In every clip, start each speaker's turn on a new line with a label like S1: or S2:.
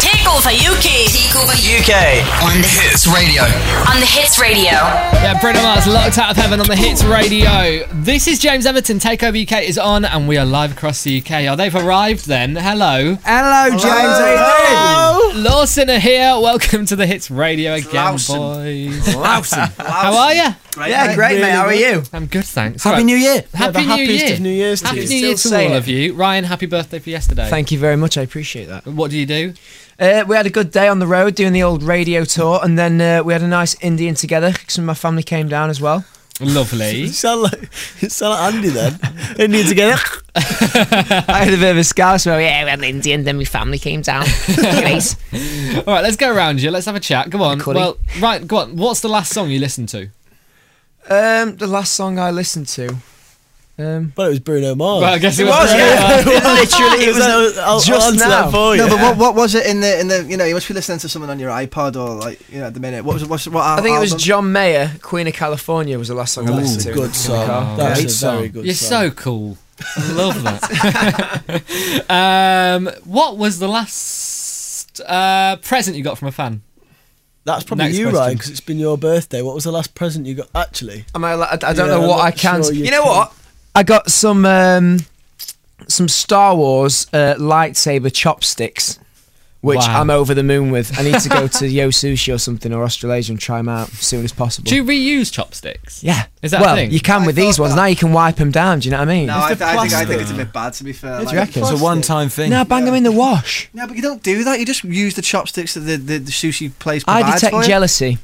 S1: Takeover UK. Takeover
S2: UK.
S3: on Hits Radio.
S1: on the Hits Radio.
S4: Yeah, Bruno Mars locked out of heaven on the Hits Radio. This is James Everton. Takeover UK is on, and we are live across the UK. Oh, they've arrived then. Hello.
S5: Hello, James. How you doing?
S4: Lawson are here. Welcome to the Hits Radio again,
S2: Lawson.
S4: boys.
S5: Lawson.
S4: How are you?
S5: Yeah, great, mate. How are you?
S4: I'm good, thanks.
S5: Happy
S4: Right.
S5: New Year.
S4: Happy
S6: the
S4: New
S6: happiest
S4: Year.
S6: of New Year's to
S4: happy
S6: you.
S4: New Year
S5: Still
S4: to all
S5: say
S4: of you. Ryan, happy birthday for yesterday.
S5: Thank you very much. I appreciate that.
S4: What do you do?
S5: Uh, we had a good day on the road doing the old radio tour, and then uh, we had a nice Indian together. Some of my family came down as well.
S4: Lovely.
S6: You sound like, you sound like Andy then. Indian together.
S5: I had a bit of a scowl, so yeah, we had an Indian, then my family came down. Great.
S4: all right, let's go around you. Let's have a chat. Go on.
S5: Cuddy.
S4: Well, right, go on. What's the last song you listened to?
S5: Um, the last song I listened to. Um,
S6: But it was Bruno Mars.
S4: Well, I guess Oh. it was.
S5: yeah. Literally, it was.
S6: I'll, I'll
S5: just
S6: answer
S5: now.
S6: that for you.
S7: No, but what, what was it in the in the you know you must be listening to something on your iPod or like you know at the minute what was what's, what
S5: I think it was John Mayer, Queen of California, was the last song I listened
S6: That's
S5: to.
S6: a good song.
S4: Yeah.
S6: That's
S5: Great
S6: a very good
S4: You're
S6: song.
S4: so cool. I love that. um, what was the last uh, present you got from a fan?
S6: That's probably
S4: Next
S6: you,
S4: question.
S6: Ryan, because it's been your birthday. What was the last present you got? Actually,
S5: Am I? allo- I, I don't
S6: Yeah,
S5: know
S6: I'm
S5: what
S6: not
S5: I can.
S6: sure
S5: you,
S6: you
S5: know
S6: can.
S5: what? I got some um, some Star Wars uh, lightsaber chopsticks, which
S4: Wow.
S5: I'm over the moon with. I need to go to Yo Sushi or something or Australasia and try them out as soon as possible.
S4: Do you reuse chopsticks?
S5: yeah,
S4: Is that a
S5: well,
S4: thing?
S5: you can
S7: I
S5: with these
S7: thought
S5: ones.
S7: that-
S5: Now you can wipe them down. Do you know what I mean?
S7: no I,
S6: It's the
S7: I think I think
S6: plastic.
S7: it's a bit bad to be fair
S6: It's
S7: like-
S6: reckon.
S7: Plastic.
S6: thing.
S5: no, bang them in the wash.
S7: no but you don't do that you just use the chopsticks that the, the, the sushi place provides
S5: I
S7: for
S5: detect
S7: you.
S5: jealousy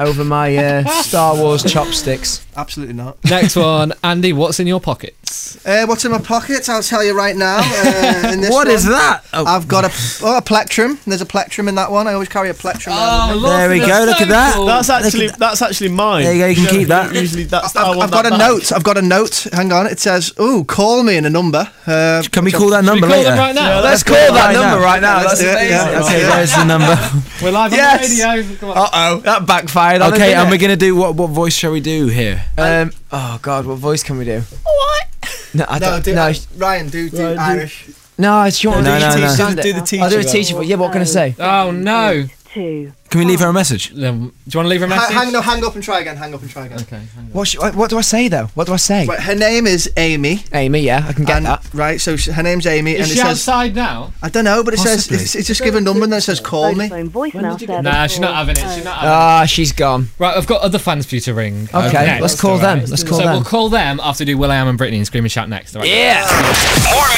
S5: over my uh, Star Wars chopsticks.
S7: absolutely not
S4: Next one, Andy. What's in your pockets?
S7: uh, what's in my pockets I'll tell you right now uh, in this
S5: What is
S7: one,
S5: that?
S7: I've got a oh, a plectrum there's a plectrum in that one I always carry a
S4: Oh,
S7: plectrum around with me.
S5: There we go, look at that.
S6: That's actually that's actually mine.
S5: There you go, you can keep that.
S6: Usually that's I
S7: I've,
S6: want
S7: I've got
S6: that
S7: a
S6: back.
S7: note I've got a note hang on it says oh call me in a number uh,
S3: Can we call that
S4: Should we
S3: number
S4: call
S3: later?
S4: them right now?
S5: Let's call that
S3: Right
S5: number
S3: now.
S5: right now. That's
S7: Let's do it,
S5: amazing.
S7: yeah.
S5: Okay,
S3: Okay, there's the number.
S4: We're live
S5: Yes.
S4: on the radio. Come on.
S5: Uh oh, that backfired. On
S3: Okay, and
S5: us, didn't
S3: we're gonna do what? What voice shall we do here?
S5: it? Um, oh god, what voice can we do? What? No, I
S7: no,
S5: don't.
S7: do,
S5: No,
S7: uh,
S5: sh-
S7: Ryan, do, do
S6: Ryan, do-
S7: Irish.
S5: no, it's your.
S3: No, no, no.
S6: Do the- do the teacher
S5: I'll do a
S6: one.
S5: teacher. voice. Yeah, what can I say?
S4: Oh no.
S8: two.
S3: Can we leave her a message?
S4: Um, do you want to leave her a
S7: Ha-
S4: message?
S7: hang, no, hang up and try again. Hang up and try again.
S4: Okay. hang on.
S5: What? Sh- what do I say though? What do I say?
S7: Right, her name is Amy.
S5: Amy, yeah, I can get
S7: and,
S5: that.
S7: Right, so sh her name's Amy,
S4: Is
S7: and it
S4: she
S7: says
S4: outside now?
S7: I don't know, but it
S3: Possibly.
S7: says it's, it's just give a number and then it says call me.
S8: Vodafone voicemail service.
S4: Nah, she's not
S8: for-
S4: having it. She's not having it.
S5: Ah, she's gone.
S4: Oh. Right, I've got other fans for you to ring.
S5: Okay,
S4: next,
S5: let's call
S4: all
S5: them, let's call
S4: so
S5: them.
S4: we'll call them after we do Will I Am and Brittany and Scream and Shout next. all right?
S5: Yeah.
S3: More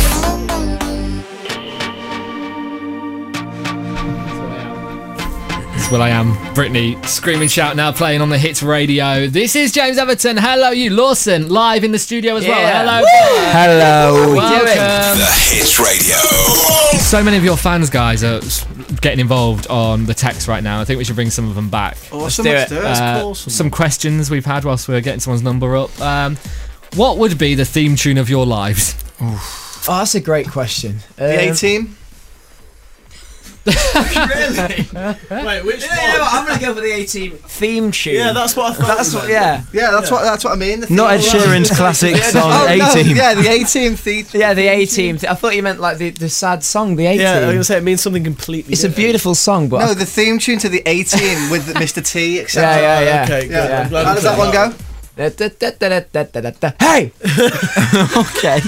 S3: music.
S4: It's Will I Am, Brittany, Scream and Shout now playing on the Hits Radio. This is James Everton. Hello, you Lawson, live in the studio as
S5: Yeah.
S4: well. Hello,
S5: Hello.
S4: welcome.
S3: Hits Radio.
S4: So many of your fans, guys, are s- getting involved on the text right now. I think we should bring some of them back.
S7: Awesome,
S5: do
S7: let's
S5: it.
S7: do it.
S4: Uh,
S6: awesome.
S4: Some questions we've had whilst we were getting someone's number up. Um, what would be the theme tune of your lives?
S5: Oh, that's a great question.
S7: the A
S5: Um,
S7: team.
S6: Wait, which
S5: yeah, well, I'm gonna go for the A team theme tune.
S6: Yeah, that's what I thought.
S5: that's what. Yeah.
S7: Yeah, that's what that's what I mean. the
S3: Not Ed
S7: theme song.
S3: Sheeran's classic song
S7: Oh, no,
S3: 18.
S7: Yeah, the A team theme.
S5: Yeah, the A team. I thought you meant like the, the sad song, the A team.
S6: Yeah, I was gonna say it means something completely.
S5: it's a
S6: different.
S5: beautiful song, but I
S7: No, the theme tune to the A team with Mr. T,
S5: Yeah,
S7: etc.
S5: yeah, yeah.
S6: Okay, good.
S7: Yeah.
S6: I'm glad
S7: How
S6: we
S7: does
S6: said
S7: that one go?
S5: Da, da, da, da, da, da, da, da. Hey! okay.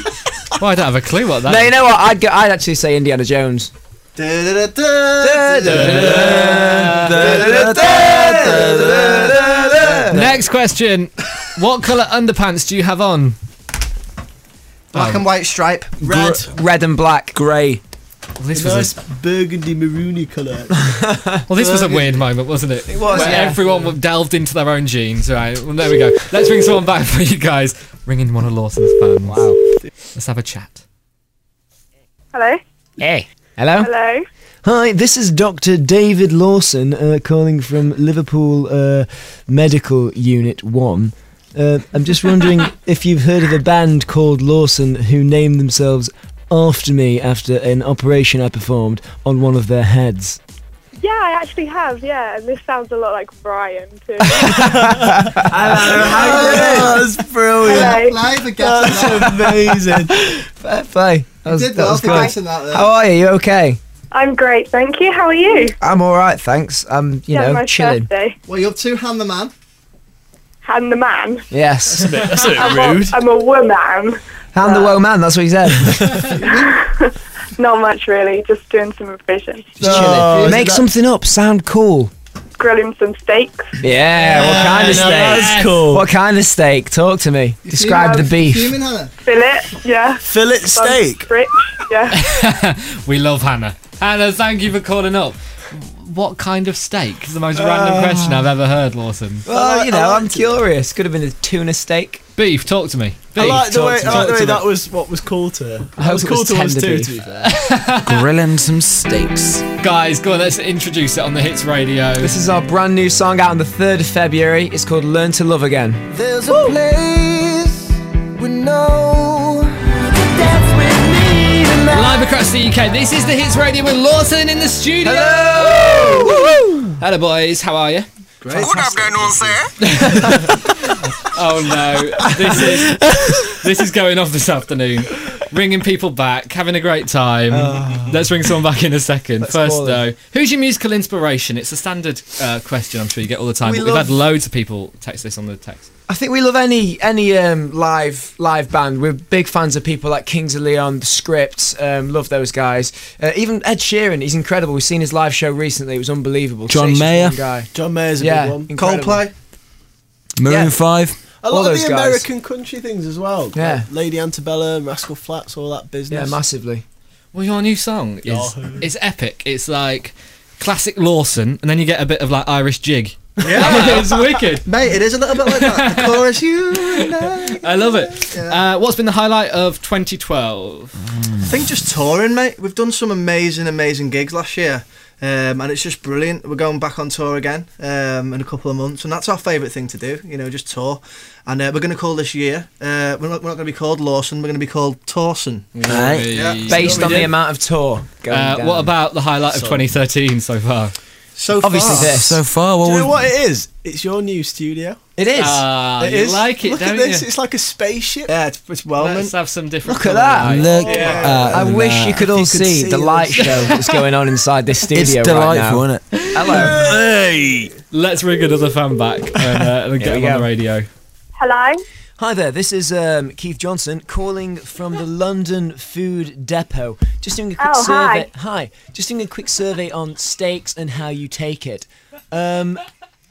S4: Well, I don't have a clue what that
S5: No,
S4: is.
S5: you know what? I'd go, I'd actually say Indiana Jones.
S4: Next question. What colour underpants do you have on?
S7: Black and white stripe.
S6: Red,
S5: Red and black.
S3: Grey.
S4: Well, this
S6: nice
S4: was
S6: burgundy maroony colour.
S4: a, well, this was a weird moment, wasn't it? It
S5: was,
S4: Where
S5: yeah.
S4: Everyone delved into their own jeans, right? Well, there we go. Let's bring someone back for you guys. Ringing one of Lawson's fans. Wow. Let's have a chat.
S8: Hello.
S5: Hey. Hello?
S8: Hello.
S5: Hi, this is Dr. David Lawson uh, calling from Liverpool uh, Medical Unit 1. Uh, I'm just wondering if you've heard of a band called Lawson who named themselves after me after an operation I performed on one of their heads.
S8: Yeah, I actually have. Yeah, and this sounds a lot like Brian too.
S6: that's brilliant.
S8: Hello.
S7: Live again.
S6: That's amazing.
S5: Fair play. That was,
S7: did
S5: that
S7: well
S5: was
S7: for
S5: good.
S7: guessing that there.
S5: How are you? You okay?
S8: I'm great, thank you. How are you?
S5: I'm all right, thanks. I'm, you
S8: yeah,
S5: know,
S8: my
S5: chilling.
S8: birthday.
S7: What are you up to, Han the Man?
S8: I'm the man.
S5: Yes.
S2: That's a bit
S8: I'm,
S2: rude.
S8: A, I'm a woman.
S5: Hand the woe man, that's what he said. Just
S8: Not much really, just doing some revision.
S5: chilling.
S6: isn't
S5: Make
S6: that-
S5: something up, sound cool.
S8: Grilling some steaks.
S5: Yeah, what kind of
S4: now
S5: steak?
S4: that's
S6: cool.
S5: What kind of steak? Talk to me. Describe the
S7: Human-
S5: beef.
S7: Human Hannah.
S8: Fillet, yeah.
S6: Fillet
S8: Some
S6: steak.
S8: Rich, yeah.
S4: We love Hannah. Hannah, thank you for calling up. What kind of steak? It's the most
S5: Ah.
S4: random question I've ever heard, Lawson.
S5: Well, you
S6: I
S5: know,
S6: like
S5: I'm curious. Could have been a tuna steak.
S4: Beef, talk to me. Beef,
S6: I like the
S4: talk
S6: way, oh,
S4: to
S6: I like the
S4: me.
S6: way that was what was cool to her. That
S5: hope
S6: was
S5: it
S6: cool
S5: was
S6: to us
S5: tender
S6: too,
S5: beef.
S6: to be fair.
S3: Grilling some steaks.
S4: Guys, go on, let's introduce it on the Hits Radio.
S5: This is our brand new song out on the 3rd of February. It's called Learn to Love Again.
S9: There's a place we know that that's with me tonight.
S4: Live across the UK, this is the Hits Radio with Lawson in the studio.
S5: Hello!
S4: Hello, boys. How are you? Great. What up, sir? oh no, this is this is going off this afternoon. Ringing people back, having a great time. Let's ring someone back in a 2nd First
S5: call
S4: though,
S5: them.
S4: who's your musical inspiration? It's a standard uh, question. I'm sure you get all the time.
S5: We
S4: but we've had
S5: love-
S4: loads of people text this on the text.
S5: I think we love any any um, live live band. We're big fans of people like Kings of Leon, The Script. Um, love those guys. Uh, even Ed Sheeran, he's incredible. We've seen his live show recently. It was unbelievable.
S3: John
S5: Six
S3: Mayer.
S5: young guy.
S6: John Mayer's a
S5: Yeah,
S6: big one.
S5: incredible.
S7: Coldplay.
S3: Maroon
S5: Yeah.
S3: 5.
S6: A
S5: All
S6: lot of
S5: those
S6: the
S5: guys.
S6: American country things as well.
S5: Yeah.
S6: Like Lady Antebellum, Rascal Flats, all that
S5: Yeah,
S6: business.
S5: massively.
S4: Well, your new song is
S6: Yahoo.
S4: it's epic. It's like classic Lawson, and then you get a bit of like Irish jig. Yeah, it's wicked.
S7: Mate, it is a little bit like that. The chorus, you and I.
S4: I love it. Uh, what's been the highlight of 2012?
S7: I think just touring, mate. We've done some amazing, amazing gigs last year, um, and it's just brilliant. We're going back on tour again um, in a couple of months, and that's our favourite thing to do. You know, just tour. And uh, we're going to call this year. Uh, we're not, we're not going to be called Lawson. We're going to be called Torson.
S5: Right.
S7: Yeah.
S4: Wee.
S5: Based
S7: what
S5: on
S7: we
S5: the
S7: did.
S5: amount of tour going
S4: Uh,
S5: down.
S4: what about the highlight of 2013 so far?
S7: So
S5: Obviously
S7: far.
S5: this.
S3: So far,
S4: Oh,
S6: Do you know
S3: well,
S6: what it is? It's your new studio.
S5: It is.
S4: Ah,
S6: It
S4: you
S6: is.
S4: like it,
S6: Look
S4: don't
S6: at this.
S4: you?
S6: It's like a spaceship.
S7: Yeah, it's, it's whelming.
S4: Let's have some different.
S5: Look at
S4: colour
S5: that.
S4: lights.
S3: look
S6: Yeah.
S3: at
S5: I wish you could all
S6: uh, If you could
S5: see,
S6: see
S5: the
S6: us.
S5: light show that's going on inside this studio
S3: It's
S5: right
S3: delightful,
S5: now.
S3: isn't it?
S5: Hello.
S4: Let's ring another fan back and, uh, and get
S5: we
S4: him on
S5: go.
S4: the radio.
S8: Hello?
S5: Hi there, this is um, Keith Johnson calling from the London Food Depot. Just doing a quick
S8: Oh, hi.
S5: survey. Hi. Just doing a quick survey on steaks and how you take it. Um,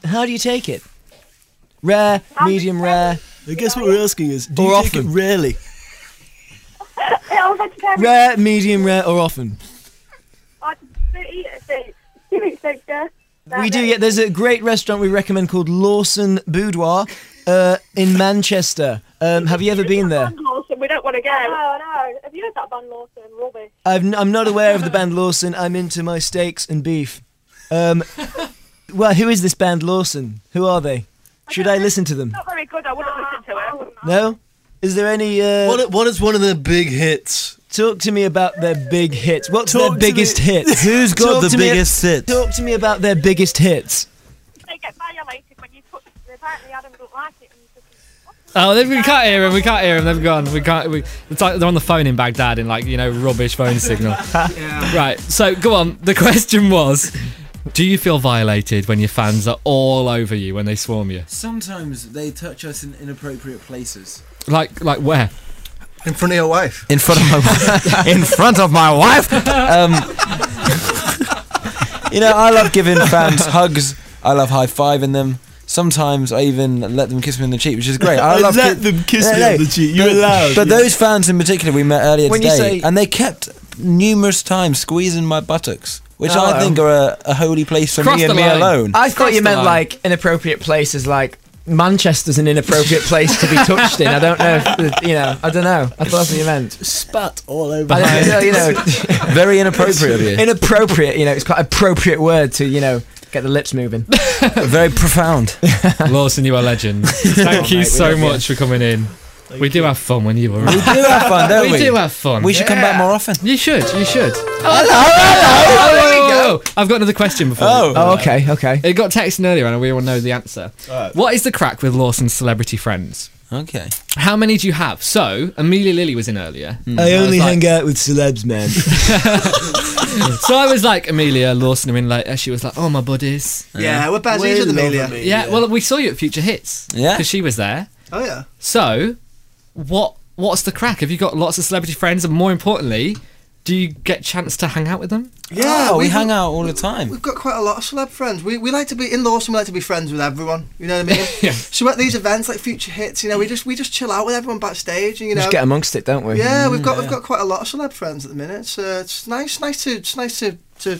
S5: how do you take it? Rare,
S8: Um,
S5: medium rare,
S6: I guess what we're asking is, do
S5: Or
S6: you take
S5: often.
S6: it really?
S8: I'm vegetarian.
S5: rare, medium rare, or often.
S8: I don't eat a steak. You eat steak, yeah?
S5: We do. Yeah, there's a great restaurant we recommend called Lawson Boudoir uh, in Manchester. Um, have you ever been there?
S8: Lawson, we don't want to go. No, Oh, no. Have you heard that band Lawson? Rubbish.
S5: I've n- I'm not aware of the band Lawson. I'm into my steaks and beef. Um, well, who is this band Lawson? Who are they? Should I listen to them?
S8: Not very good. I wouldn't listen to it.
S5: No. Is there any? Uh,
S7: What, what is one of the big hits?
S5: talk to me about their big hits. What's
S6: Talk
S5: their
S6: to
S5: biggest
S6: me-
S5: hits?
S3: Who's got
S5: Talk
S3: the
S5: to me-
S3: biggest sit?
S5: Talk to me about their biggest hits.
S8: They get violated when you put. Apparently, Adam don't like it. And you just,
S4: Oh, they- we can't hear him. We can't hear him. They've gone. We can't. We, it's like they're on the phone in Baghdad in like you know rubbish phone signal. Right. So go on. The question was, do you feel violated when your fans are all over you when they swarm you?
S9: Sometimes they touch us in inappropriate places.
S4: Like like where?
S7: In front of your wife.
S3: In front of my wife. in front of my wife. Um, you know, I love giving fans hugs. I love high fiving them. Sometimes I even let them kiss me on the cheek, which is great. I, love
S6: let
S3: ki-
S6: them kiss
S3: No,
S6: me
S3: no,
S6: on the cheek. You're
S3: but,
S6: allowed.
S3: But those fans in particular we met earlier
S5: When you
S3: today,
S5: say-
S3: and they kept numerous times squeezing my buttocks, which I
S5: Oh.
S3: think are a, a holy place for
S4: Cross
S3: me
S4: the
S3: and me
S4: line.
S3: alone.
S5: I thought
S4: Cross
S5: you
S4: the
S5: meant
S4: line.
S5: like inappropriate places, like Manchester's an inappropriate place to be touched in. I don't know, if, the- you know, I don't know. I thought that's what you meant.
S6: Spat all over.
S5: I
S6: my
S5: don't know, you know,
S3: Very inappropriate of you.
S5: inappropriate. You know, it's quite an appropriate word to you know get the lips moving.
S3: Very profound.
S4: Lawson, you are a legend. Thank you
S5: mate, we
S4: so
S5: love you.
S4: much for coming in. we do have fun when you are.
S3: We do have fun, don't we?
S4: we do have fun.
S3: We should come back more often.
S4: You should. You should. hello, hello. I've got another question before.
S3: Oh.
S4: you. Uh,
S5: Oh, okay, okay.
S4: It got texted earlier, and we all know the answer. What is the crack with Lawson's celebrity friends?
S3: Okay.
S4: How many do you have? So Amelia Lilly was in earlier.
S5: I only
S4: like-
S5: hang out with celebs, man.
S4: So I was like Amelia Lawson. I mean, like uh, she was like, oh my buddies.
S7: Yeah, we're better
S6: Way
S7: than
S6: love
S7: Amelia.
S6: Amelia.
S4: Yeah, Well, we saw you at Future Hits.
S3: Yeah.
S4: Because she was there.
S7: Oh yeah.
S4: So what? What's the crack? Have you got lots of celebrity friends? And more importantly, do you get chance to hang out with them?
S7: Yeah,
S3: Oh, we
S7: we've-
S3: hang out all the time.
S7: We've got quite a lot of celeb friends. We, we like to be in Lawson. We like to be friends with everyone. You know what I mean? So at these events like Future Hits, you know, we just we just chill out with everyone backstage. And, you know,
S5: Just get amongst it, don't we?
S7: yeah, we've got we've got quite a lot of celeb friends at the minute. So it's nice, nice to it's nice to to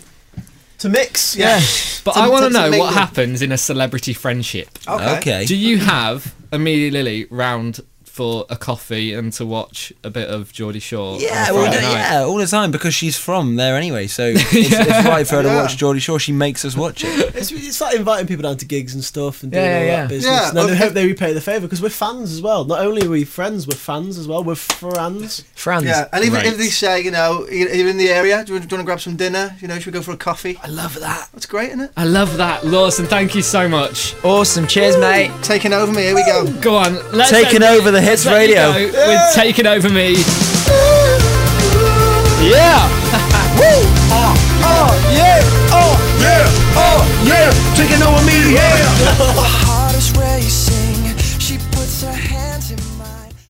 S6: To mix.
S7: yeah.
S4: But
S7: To-
S4: I want to
S7: to- to
S4: know
S7: make
S4: what
S7: them-
S4: happens in a celebrity friendship.
S7: Okay.
S3: Okay.
S4: Do you have Amelia Lilly round for a coffee and to watch a bit of Geordie Shore? on a
S3: Yeah, well,
S4: Friday night?
S3: yeah, all the time because she's from there anyway, so it's, it's right for her to
S7: Yeah.
S3: watch Geordie Shore. She makes us watch it.
S6: It's, it's like inviting people down to gigs and stuff and doing
S5: Yeah,
S6: all
S5: yeah, yeah.
S6: that business.
S7: Yeah,
S6: and then we
S7: okay.
S6: hope they repay the favour because we're fans as well. Not only are we friends, we're fans as well. We're friends.
S5: Franz.
S7: Yeah, and even
S4: Right.
S7: if they say, you know, "You- you're in the area, do you, want to grab some dinner? You know, should we go for a coffee?
S6: I love that.
S7: That's great, isn't it?
S4: I love that, Lawson. Thank you so much.
S5: Awesome. Cheers, mate.
S7: Taking over me, here we go.
S4: Go on, let's
S3: Taking over the hits
S4: let you
S3: radio.
S4: go with taking over me. Yeah,
S3: Oh yeah! Oh yeah! Oh yeah! Taking over me, yeah!